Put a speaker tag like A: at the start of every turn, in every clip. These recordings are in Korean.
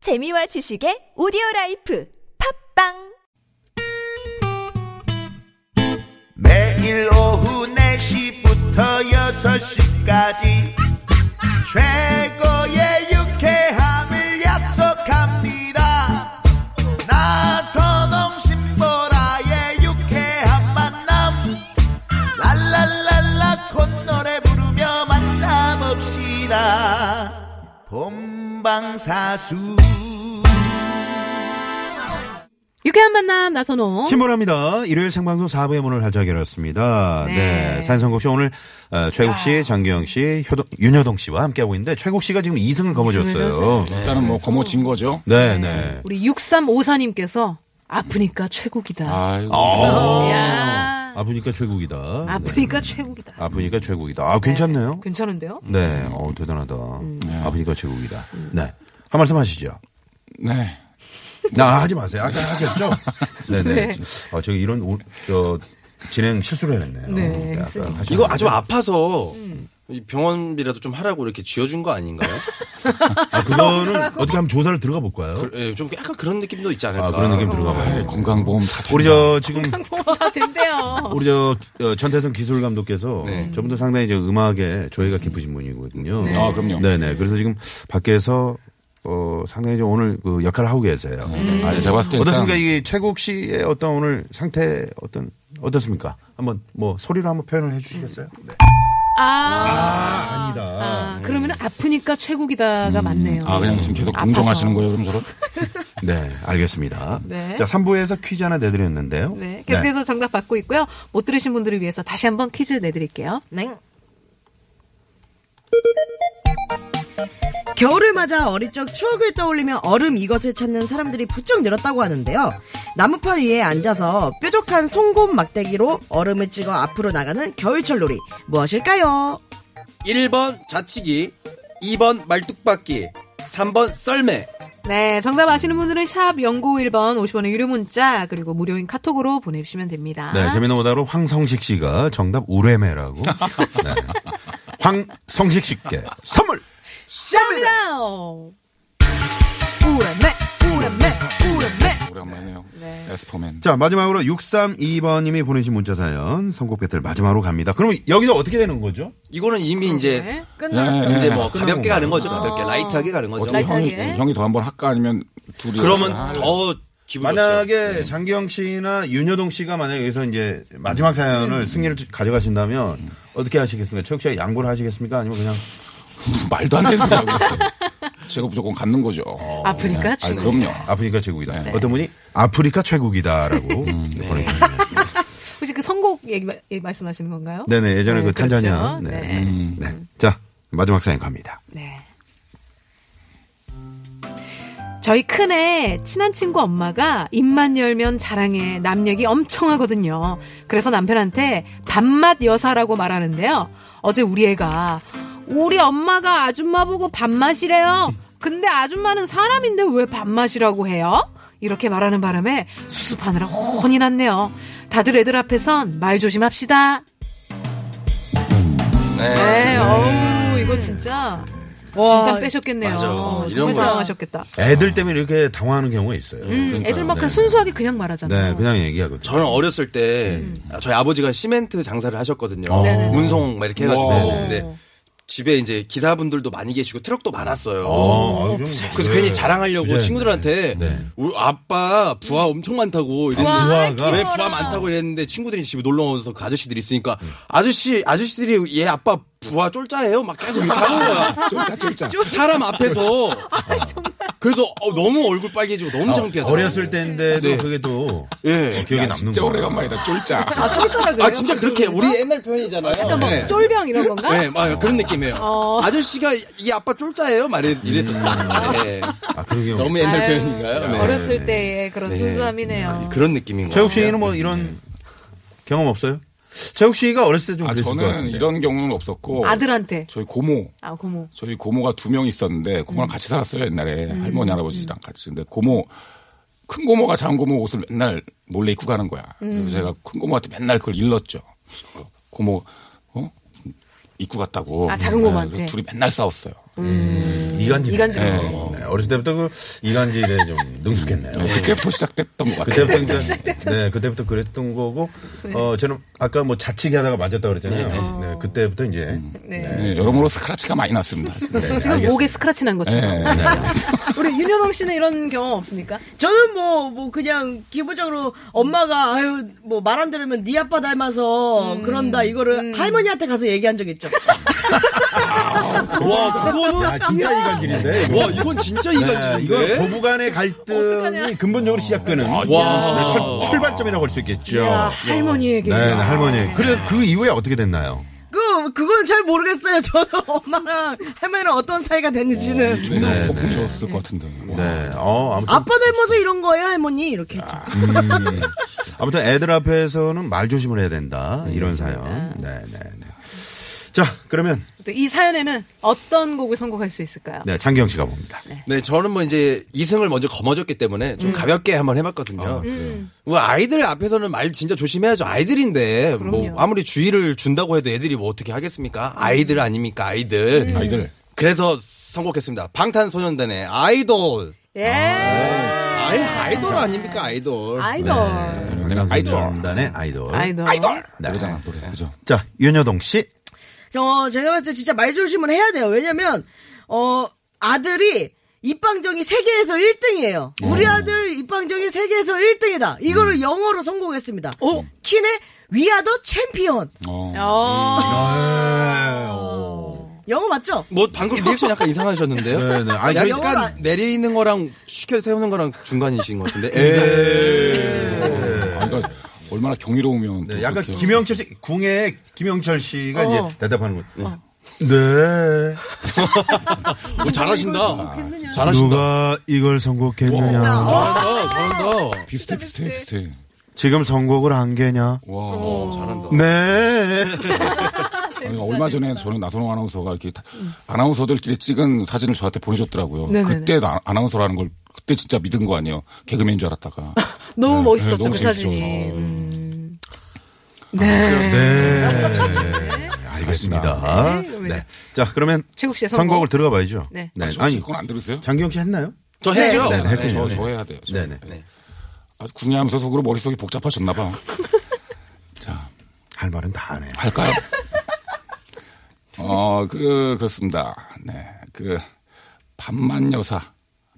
A: 재미와 지식의 오디오 라이프 팝빵
B: 매일 오후 4시부터 6시까지 최고의 유쾌함을 약속합니다 나선홍 신보라의 유쾌한 만남 랄랄랄라 콧노래 부르며 만남없시다 본방사수
C: 유쾌한 만남 나선홍.
D: 신보라입니다. 일요일 생방송 4부의 문을 활짝 열었습니다.
C: 네.
D: 네. 산성국 씨 오늘 어, 최국 씨, 장기영 씨, 효동, 윤여동 씨와 함께하고 있는데 최국 씨가 지금 2승을 거머쥐었어요.
E: 일단은 뭐 거머쥔 거죠.
D: 네, 네.
C: 우리 6354님께서 아프니까 최고기다.
E: 아이고.
C: 야
D: 아프니까 최국이다. 네.
C: 아프니까 최고기다.
D: 아프니까 최국이다. 아, 괜찮네요.
C: 괜찮은데요?
D: 네. 어, 대단하다. 아프니까 최국이다. 네. 한 말씀 하시죠.
E: 네.
D: 나 하지 마세요. 아까 하셨죠? 네네. 아, 제가 이런, 오, 저, 진행 실수를 했네요.
C: 네,
D: 아까
C: 했어요.
D: 하셨는데.
F: 이거 아주 아파서 이 병원비라도 좀 하라고 이렇게 지어준 거 아닌가요?
D: 아, 그거는 어떻게 한번 조사를 들어가 볼까요?
F: 그- 예, 좀 약간 그런 느낌도 있지 않을까.
D: 아, 그런 느낌 들어가 봐요.
E: 아이, 건강보험 다 된다.
D: 우리 저 지금
C: 뭐가 된대요.
D: 우리 저 어, 전태성 기술 감독께서
F: 네.
D: 저분도 상당히 저 음악에 조예가 깊으신 분이거든요.
E: 아, 그럼요.
D: 네네. 그래서 지금 밖에서 어 상당히 좀 오늘 그 역할을 하고 계세요.
E: 아, 제가 봤을 때
D: 어떻습니까?
E: 일단
D: 이 최국 씨의 어떤 오늘 상태 어떤 어떻습니까? 한번 뭐 소리로 한번 표현을 해주시겠어요? 네.
C: 아,
D: 아, 니다
C: 아, 그러면 아프니까 최고기다가 맞네요.
E: 네. 아 그냥 지금 계속 동정하시는 거예요, 그럼 저를?
D: 네, 알겠습니다.
C: 네.
D: 자, 3부에서 퀴즈 하나 내드렸는데요.
C: 네, 계속해서 정답 받고 있고요. 못 들으신 분들을 위해서 다시 한번 퀴즈 내드릴게요.
G: 네. 겨울을 맞아 어릴 적 추억을 떠올리며 얼음 이것을 찾는 사람들이 부쩍 늘었다고 하는데요. 나무판 위에 앉아서 뾰족한 송곳 막대기로 얼음을 찍어 앞으로 나가는 겨울철 놀이 무엇일까요?
F: 1번 자치기, 2번 말뚝박기, 3번 썰매.
C: 네, 정답 아시는 분들은 샵 0951번 50원의 유료 문자 그리고 무료인 카톡으로 보내주시면 됩니다.
D: 네, 재미있는 오다로 황성식 씨가 정답 우레메라고. 네. 황성식 씨께 선물!
C: 쌉니다! 우람매, 우람매, 우람매.
E: 오랜만이네요. 에스포맨.
D: 자, 마지막으로 632번님이 보내신 문자 사연, 선곡 배틀 마지막으로 갑니다. 그러면 여기서 어떻게 되는 거죠?
F: 이거는 이미 이제
C: 네.
E: 예, 예.
F: 이제
D: 끝나는
F: 뭐 가볍게
D: 건가요?
F: 가는 거죠. 가볍게 라이트하게 가는 거죠.
E: 아. 어떻게 형이
C: 라이트하게.
E: 형이 더 한 번 할까 아니면 둘이
F: 그러면
E: 할까?
F: 더 기분 좋죠. 네.
D: 만약에 장기영 씨나 윤여동 씨가 만약에 여기서 이제 마지막 사연을
F: 음.
D: 승리를 가져가신다면 어떻게 하시겠습니까? 최욱 씨가 양보를 하시겠습니까? 아니면 그냥
E: 무슨 말도 안 되는 소리 하고 있어요. 제가 무조건 갖는 거죠.
C: 아프니까
E: 아,
C: 최고.
E: 그럼요.
D: 아프리카 최국이다.
F: 네.
D: 어떤 분이 아프리카 최국이다라고
F: 음.
D: 보내주셨네요.
C: 혹시 그 선곡 얘기 마- 예, 말씀하시는 건가요?
D: 네네, 예전에
F: 음,
C: 네,
D: 그 탄자냐.
C: 그렇죠.
D: 네.
C: 네.
D: 네. 자, 마지막 사연 갑니다.
C: 네. 저희 큰애 친한 친구 엄마가 입만 열면 자랑해 남 얘기 엄청 하거든요. 그래서 남편한테 밥맛 여사라고 말하는데요. 어제 우리 애가 우리 엄마가 아줌마 보고 밥맛이래요. 근데 아줌마는 사람인데 왜 밥맛이라고 해요? 이렇게 말하는 바람에 수습하느라 혼이 났네요. 다들 애들 앞에선 말 조심합시다. 네, 어우, 이거 진짜. 진짜 빼셨겠네요.
F: 맞아.
C: 어,
F: 이런
C: 진짜
F: 거.
C: 당황하셨겠다.
D: 애들
F: 아.
D: 때문에 이렇게 당황하는 경우가 있어요.
C: 음, 애들 막
D: 네.
C: 그냥 순수하게 그냥 말하잖아요.
D: 네, 그냥 얘기하거든요.
F: 음. 저는 어렸을 때 저희 아버지가 시멘트 장사를 하셨거든요.
E: 음. 아. 네네네.
F: 운송 막 이렇게 해가지고
E: 와.
F: 근데 집에 이제 기사분들도 많이 계시고 트럭도 많았어요.
D: 어, 아유, 좀
F: 그래서
D: 그래.
E: 네.
F: 괜히 자랑하려고
D: 그래.
F: 친구들한테
D: 네.
F: 우리 아빠 부하 엄청 많다고 이랬는데
D: 부하가
F: 아, 왜 부하 많다고 이랬는데 친구들이 집에 놀러 오면서 그 아저씨들이 있으니까
D: 음.
F: 아저씨 아저씨들이 얘 아빠 부하 쫄자예요 막 계속 이렇게 하는 거야 사람 앞에서
C: 아,
F: 그래서 어, 너무 얼굴 빨개지고 너무 창피하다
D: 아. 어렸을 때인데도
F: 네.
D: 그게 또
F: 예.
D: 기억에
E: 야,
D: 남는
E: 진짜
D: 거야.
E: 오래간만이다. 쫄자.
F: 아 진짜 그렇게 우리 옛날 표현이잖아요
C: 약간 막
F: 네.
C: 어, 뭐 쫄병 이런 건가?
F: 네, 막 그런 느낌이에요.
C: 어.
F: 아저씨가 이 아빠 쫄자예요? 막 이랬- 이랬었어요. 네.
D: 아, 그런 경우.
F: 너무 옛날
C: 음. 아유,
F: 표현인가요? 네.
C: 어렸을 때의 그런 순수함이네요.
F: 그런 느낌인 거예요.
D: 최욱 씨는 뭐 이런 경험 없어요? 최욱 씨가 어렸을 때 좀
E: 아,
D: 그랬을 것
E: 저는
D: 같은데.
E: 이런 경우는 없었고
C: 아들한테.
E: 저희 고모
C: 아, 고모.
E: 저희 고모가 두 명 있었는데 고모랑 같이 살았어요 옛날에 할머니 할아버지랑 같이 근데 고모 큰 고모가 작은 고모 옷을 맨날 몰래 입고 가는 거야 그래서 제가 큰 고모한테 맨날 그걸 일렀죠 고모 어 입고 갔다고
C: 아, 작은 고모한테.
E: 그래서 둘이 맨날 싸웠어요
D: 이간질.
C: 이간질.
D: 네. 어렸을 때부터 그 이간질에 좀 능숙했네요.
E: 네, 그때부터 시작됐던 것 같아요.
D: 그때부터 그러니까, 네, 그때부터 그랬던 거고 어 저는 아까 뭐 자치기 하다가 맞았다 그랬잖아요. 네, 그때부터 이제 음.
C: 네.
E: 네, 여러모로 스크라치가 많이 났습니다. 지금.
D: 네,
C: 지금
D: 알겠습니다.
C: 목에 스크라치 난 것처럼.
E: 네.
C: 우리 윤효동 씨는 이런 경험 없습니까?
G: 저는 뭐 뭐 그냥 기본적으로 엄마가 아유 뭐 말 안 들으면 네 아빠 닮아서 그런다 이거를 할머니한테 가서 얘기한 적 있죠.
F: 와, 그거는.
D: 아 진짜 이간질인데. 이거.
F: 와, 이건 진짜
D: 네, 이건
F: 이간질인데?
D: 고부간의 갈등이 근본적으로 시작되는 음,
F: 와.
D: 출- 출발점이라고 할 수 있겠죠.
C: 야, 할머니에게.
D: 네, 네, 할머니. 그래 그 이후에 어떻게 됐나요?
G: 그 그건 잘 모르겠어요. 저는 엄마랑 할머니랑 어떤 사이가 됐는지는
E: 중요한 폭풍이었을 네. 것 같은데. 와.
D: 네, 어 아무튼
G: 아빠 닮아서 이런 거예요 할머니 이렇게 했죠.
D: 아. 아무튼 애들 앞에서는 말 조심을 해야 된다 이런 사연. 네, 네, 네. 자 그러면
C: 또이 사연에는 어떤 곡을 선곡할 수 있을까요?
D: 네 장경 씨가 봅니다.
F: 네, 저는 뭐 이제 이승을 먼저 거머졌기 때문에 좀 가볍게 한번 해봤거든요. 뭐 아이들 앞에서는 말 진짜 조심해야죠. 아이들인데 뭐 아무리 주의를 준다고 해도 애들이 뭐 어떻게 하겠습니까? 아이들 아닙니까? 아이들. 음.
D: 네.
E: 아이들.
F: 그래서 선곡했습니다. 방탄소년단의 아이돌.
C: 예.
F: 아이 아이돌 아닙니까? 아이돌.
C: 아이돌.
E: 아이돌.
D: 방탄소년단의 네. 아이돌.
C: 아이돌.
D: 네.
E: 노래잖아, 노래. 그죠?
D: 자 윤여동 씨.
G: 저 제가 봤을 때 진짜 말 조심을 해야 돼요. 왜냐면 어 아들이 입방정이 세계에서 1등이에요.
D: 네.
G: 우리 아들 입방정이 세계에서 1등이다.
D: 음.
G: 이거를 영어로 선곡했습니다.
C: 오.
G: 킨의 We Are the Champion.
E: 어.
C: 어.
G: 영어 맞죠?
D: 음,
F: 뭐 방금 리액션 약간 이상하셨는데요?
D: 네, 네. 아니, 저희-
F: 약간
G: 영어로-
F: 내리는 거랑 시켜 세우는 거랑 중간이신 것 같은데.
D: 네.
E: 아, 그러니까 얼마나 경이로우면. 또
D: 네, 약간
E: 그렇게-
D: 김영철 씨 궁의 김영철 씨가
C: 어.
D: 이제 대답하는 거. 네.
F: 오, 뭐 잘하신다. 잘하신다.
D: 누가 이걸 선곡했느냐?
F: 잘한다. 잘한다.
E: 비슷해, 비슷해, 비슷해.
D: 지금 선곡을 안 개냐?
E: 와.
F: 어, 잘한다.
D: 네.
E: 아니, 얼마 전에 저는 나선홍 아나운서가 이렇게 다- 아나운서들끼리 찍은 사진을 저한테 보내줬더라고요.
C: 음. 네네네.
E: 그때 나- 아나운서라는 걸 그때 진짜 믿은 거 아니에요. 개그맨인 줄 알았다가.
C: 너무 멋있었죠,
E: 너무
C: 그
E: 재밌죠.
C: 사진이.
E: 어.
C: 음. 네.
D: 네. 알겠습니다.
C: 네, 그러면-
D: 네. 자, 그러면
C: 최국 씨의 선곡.
D: 선곡을 들어가 봐야죠.
C: 네.
D: 네.
E: 아, 저-
D: 아니,
E: 그건 안 들으세요?
D: 장기영 씨 했나요?
F: 저 해요.
D: 네, 네.
E: 저,
D: 했군요.
E: 저 해야 돼요. 저.
D: 네네.
E: 네. 아주 궁리하면서 속으로 머릿속이 복잡하셨나봐. 자,
D: 할 말은 다
F: 아,
D: 하네요.
E: 할까요? 어, 그, 그렇습니다. 네. 그, 반만 여사.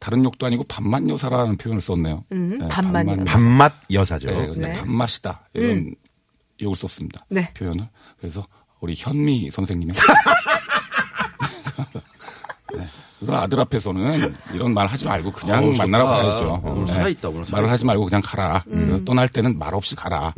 E: 다른 욕도 아니고 반만 여사라는 표현을 썼네요. 네,
C: 음, 반만 여사.
D: 밥맛 여사죠.
E: 네, 근데 밥맛이다 이런 욕을 썼습니다.
C: 음. 네.
E: 표현을. 그래서 우리 현미 선생님의 네, 그런 아들 앞에서는 이런 말 하지 말고 그냥
F: 어우, 좋다.
E: 만나러 가야죠.
F: 오늘
E: 네.
F: 살아있다, 오늘
E: 말을
F: 살아있어.
E: 하지 말고 그냥 가라.
C: 음.
E: 그리고 떠날 때는 말 없이 가라.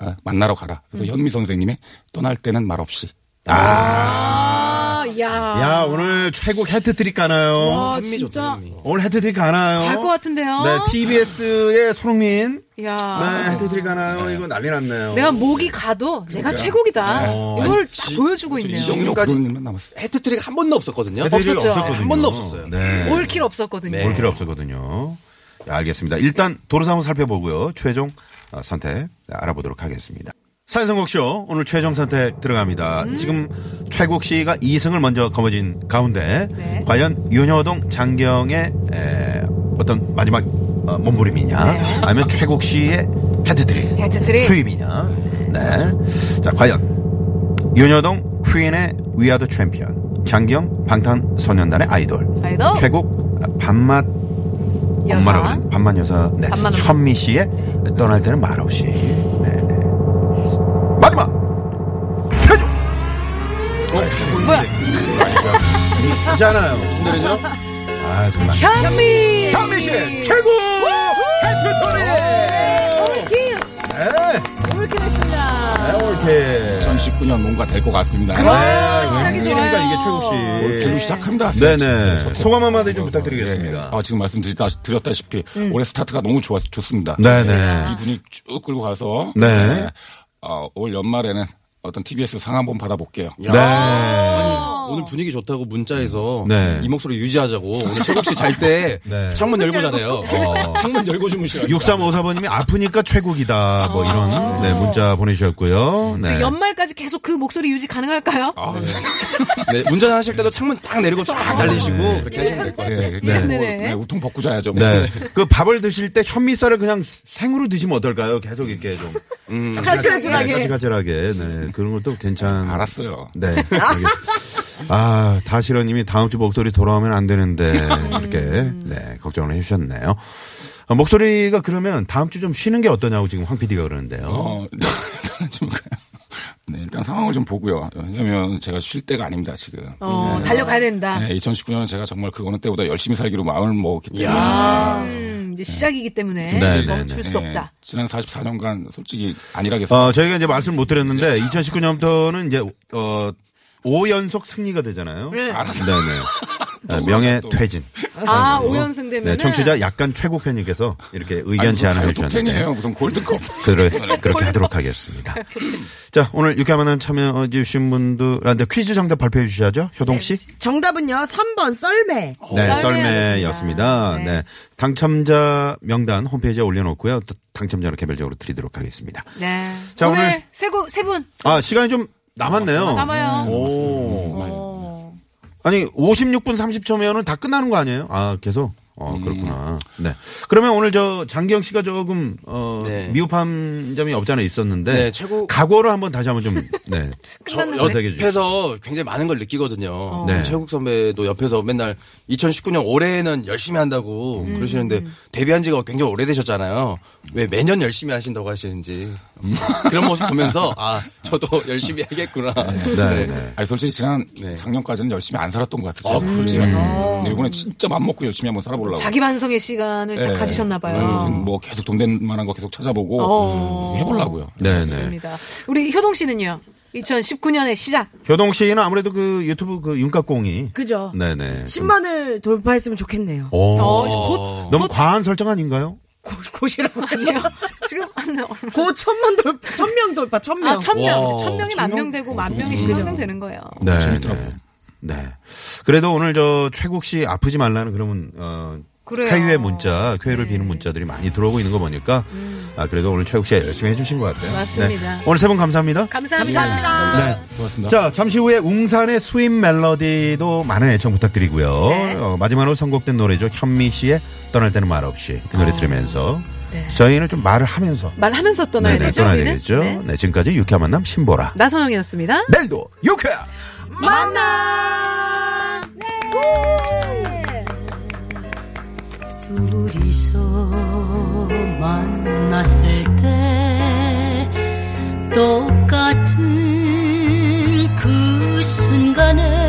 E: 어, 만나러 가라. 그래서
C: 음.
E: 현미 선생님의 떠날 때는 말 없이.
C: 아, 야.
D: 야, 어, 오늘 최고 헤트트릭 가나요?
C: 와,
F: 한미 좋다,
C: 진짜
F: 한미.
D: 오늘 헤트트릭 가나요?
C: 갈 것 같은데요?
D: 네, TBS의 손흥민.
C: 야.
D: 네, 헤트트릭 가나요? 이거 난리 났네요.
C: 어. 내가 목이 가도 내가 최고이다.
D: 네.
C: 이걸 다 보여주고 있네요.
F: 지금까지-
E: 지금까지 만 남았어요.
F: 해트트릭 한 번도 없었거든요.
D: 헤트트릭
C: 없었죠.
D: 없었거든요.
F: 한 번도 없었어요.
D: 네.
C: 올킬 없었거든요.
D: 볼 필요 없었거든요. 네, 알겠습니다. 일단 도로사 한번 살펴보고요. 최종 어, 선택 네, 알아보도록 하겠습니다. 사연성곡쇼 오늘 최종 선택 들어갑니다. 지금 최국 씨가 2승을 먼저 거머쥔 가운데
C: 네.
D: 과연 윤여동 장경의 에, 어떤 마지막 어, 몸부림이냐 아니면 최국 씨의 헤드트릭,
C: 헤드트릭.
D: 수입이냐 네. 자 과연 윤여동 퀸의 위아더 챔피언 장경 방탄소년단의 아이돌
C: 아이돌.
D: 최국 아, 반맛
C: 여사.
D: 엄마라고 그러네. 반만 여사. 네.
C: 반만 엄마.
D: 현미 씨의 떠날 때는 말없이. 네, 네. 마지막 최종.
C: 뭐야?
D: 괜찮아요.
F: 노래죠?
D: 아 정말.
C: 현미.
D: 현미 씨
C: 네.
D: 최고 해트토리.
C: 올킬.
D: 네. 뭐
C: 올킬 했습니다.
D: 이렇게. 네,
E: 2019년 뭔가 될 것 같습니다. 네.
C: 와, 아, 시작이
D: 웬일입니까,
C: 좋아요.
D: 이게 최국 씨.
E: 올
F: 네.
E: 길로 시작합니다.
D: 네네.
E: 저- 저-
D: 소감 한마디 좀 부탁드리겠습니다.
E: 아, 지금 말씀드렸다, 드렸다시피
C: 음.
E: 올해 스타트가 너무 좋아, 좋습니다.
D: 네네.
E: 이분이 쭉 끌고 가서 예,
D: 네.
E: 어, 올 연말에는 어떤 TBS 상 한번 받아볼게요.
D: 네.
F: 오늘 분위기 좋다고 문자에서
D: 네.
F: 이 목소리 유지하자고 오늘 최국 씨 잘 때
D: 네.
F: 창문 열고 자네요.
D: 어.
F: 창문 열고 주무시라고.
D: 6354번님이 아프니까 최국이다. 뭐 이런 네, 문자 보내주셨고요. 네.
C: 연말까지 계속 그 목소리 유지 가능할까요?
D: 아,
F: 네, 운전하실 때도 창문 딱 내리고 쫙 달리시고 그렇게 하시면 될 것 같아요.
E: 네, 네.
C: 네네.
E: 우통 벗고 자야죠. 뭐.
D: 네. 그 밥을 드실 때 현미쌀을 그냥 생으로 드시면 어떨까요? 계속 이렇게 좀.
G: 가슬가슬하게.
D: 네, 까칠까칠하게. 네. 그런 것도 괜찮.
E: 알았어요.
D: 네. 알겠습니다. 아, 다시러님이 다음 주 목소리 돌아오면 안 되는데. 이렇게. 네. 걱정을 해주셨네요. 아, 목소리가 그러면 다음 주 좀 쉬는 게 어떠냐고 지금 황 PD가 그러는데요.
E: 어, 일단은 좀 그냥- 네, 일단 상황을 좀 보고요. 왜냐면 제가 쉴 때가 아닙니다, 지금.
C: 어, 달려가야 된다.
E: 네, 2019년은 제가 정말 그 어느 때보다 열심히 살기로 마음을 먹었기 때문에.
C: 음, 이제 시작이기 때문에
D: 네, 네,
C: 멈출 수
E: 네,
C: 없다.
E: 지난 44년간 솔직히 안일하게
D: 어, 저희가 이제 말씀을 못 드렸는데 2019년부터는 이제 어 5연속 승리가 되잖아요.
C: 네.
D: 알았어. 네, 네. 네, 명예 퇴진.
C: 아, 5연승 되면
D: 네,
C: 은
D: 청취자 약간 최고 팬님께서 이렇게 의견 제안을 해주셨는데
E: 도탱이에요. 무슨 골드컵.
D: 그를 그렇게 하도록 하겠습니다. 자, 오늘 유쾌한 만남 참여해 주신 분들한테 아, 퀴즈 정답 발표해 주셔야죠. 효동 씨.
G: 정답은요, 3번 네. 썰매.
D: 네,
C: 썰매였습니다.
D: 썰매였습니다. 네.
C: 네.
D: 당첨자 명단 홈페이지에 올려 놓고요. 또 당첨자를 개별적으로 드리도록 하겠습니다.
C: 네.
D: 자,
C: 오늘,
D: 오늘-
C: 세, 고, 세 분.
D: 아, 시간이 좀 남았네요. 음.
C: 남아요.
D: 오.
C: 어.
D: 아니 56분 30초면은 다 끝나는 거 아니에요? 아 계속.
F: 음.
D: 어 그렇구나. 네. 그러면 오늘 저 장기영 씨가 조금 어
F: 네.
D: 미흡한 점이 없잖아 있었는데
F: 네, 최고- 그렇죠.
D: 각오를 한번 다시 한번 좀 네.
C: 끝났는데?
D: 어색해 주세요.
F: 옆에서 굉장히 많은 걸 느끼거든요.
D: 네.
F: 최국 선배도 옆에서 맨날 2019년 올해는 열심히 한다고 그러시는데 데뷔한 지가 굉장히 오래되셨잖아요. 왜 매년 열심히 하신다고 하시는지
D: 음.
F: 그런 모습 보면서 아 저도 열심히 하겠구나.
D: 네, 네.
E: 아니 솔직히 지난 작년까지는 열심히 안 살았던 것 같아요. 네.
F: 아, 그래요?
E: 근데 이번에 진짜 맘 먹고 열심히 한번 살아보려고.
C: 자기 반성의 시간을 딱
E: 네.
C: 가지셨나
E: 네,
C: 봐요.
E: 저는 뭐 계속 돈 된 만한 거 계속 찾아보고
C: 어.
E: 음, 해보려고요.
D: 네, 네.
C: 좋습니다. 우리 효동 씨는요. 2019년에 시작.
D: 효동 씨는 아무래도 그 유튜브 그 윤곽공이
G: 그죠?
D: 네, 네. 좀-
G: 10만을 돌파했으면 좋겠네요.
D: 오.
C: 어, 이제 곧
D: 너무 과한 설정 아닌가요?
G: 고, 고시라고
D: 네.
C: 아니에요. 지금 한 얼마-
G: 고 천만 돌파, 천명 돌파, 천명.
C: 아, 천 명.
F: 와,
C: 이제 천 명이 만 명 되고
D: 어,
C: 만 명이 십만 명 되는 거예요.
D: 네.
E: 재밌더라고요.
D: 네. 네. 그래도 오늘 저 최국 씨 아프지 말라는 그러면 어
C: 그래요. 네.
D: 쾌유의 문자, 쾌유를 비는 문자들이 많이 들어오고 있는 거 보니까 아 그래도 오늘 최국 씨가 열심히 해주신 것 같아요.
C: 음. 맞습니다.
D: 네. 오늘 세 분 감사합니다.
C: 감사합니다.
E: 고맙습니다.
D: 자 잠시 후에 웅산의 수입 멜로디도 많은 애청 부탁드리고요.
C: 네.
D: 어, 마지막으로 선곡된 노래죠 현미 씨의 떠날 때는 말 없이 이
C: 아.
D: 노래 들으면서 저희는 좀 말을 하면서
C: 말하면서 네. 떠나야
D: 네네,
C: 되죠.
D: 떠나야
C: 우리는?
D: 되겠죠.
C: 네.
D: 네, 지금까지 유쾌한 만남 신보라.
C: 나선홍이었습니다.
D: 내일도 유쾌.
C: 만나.
H: 둘이서 만났을 때 똑같은 그 순간에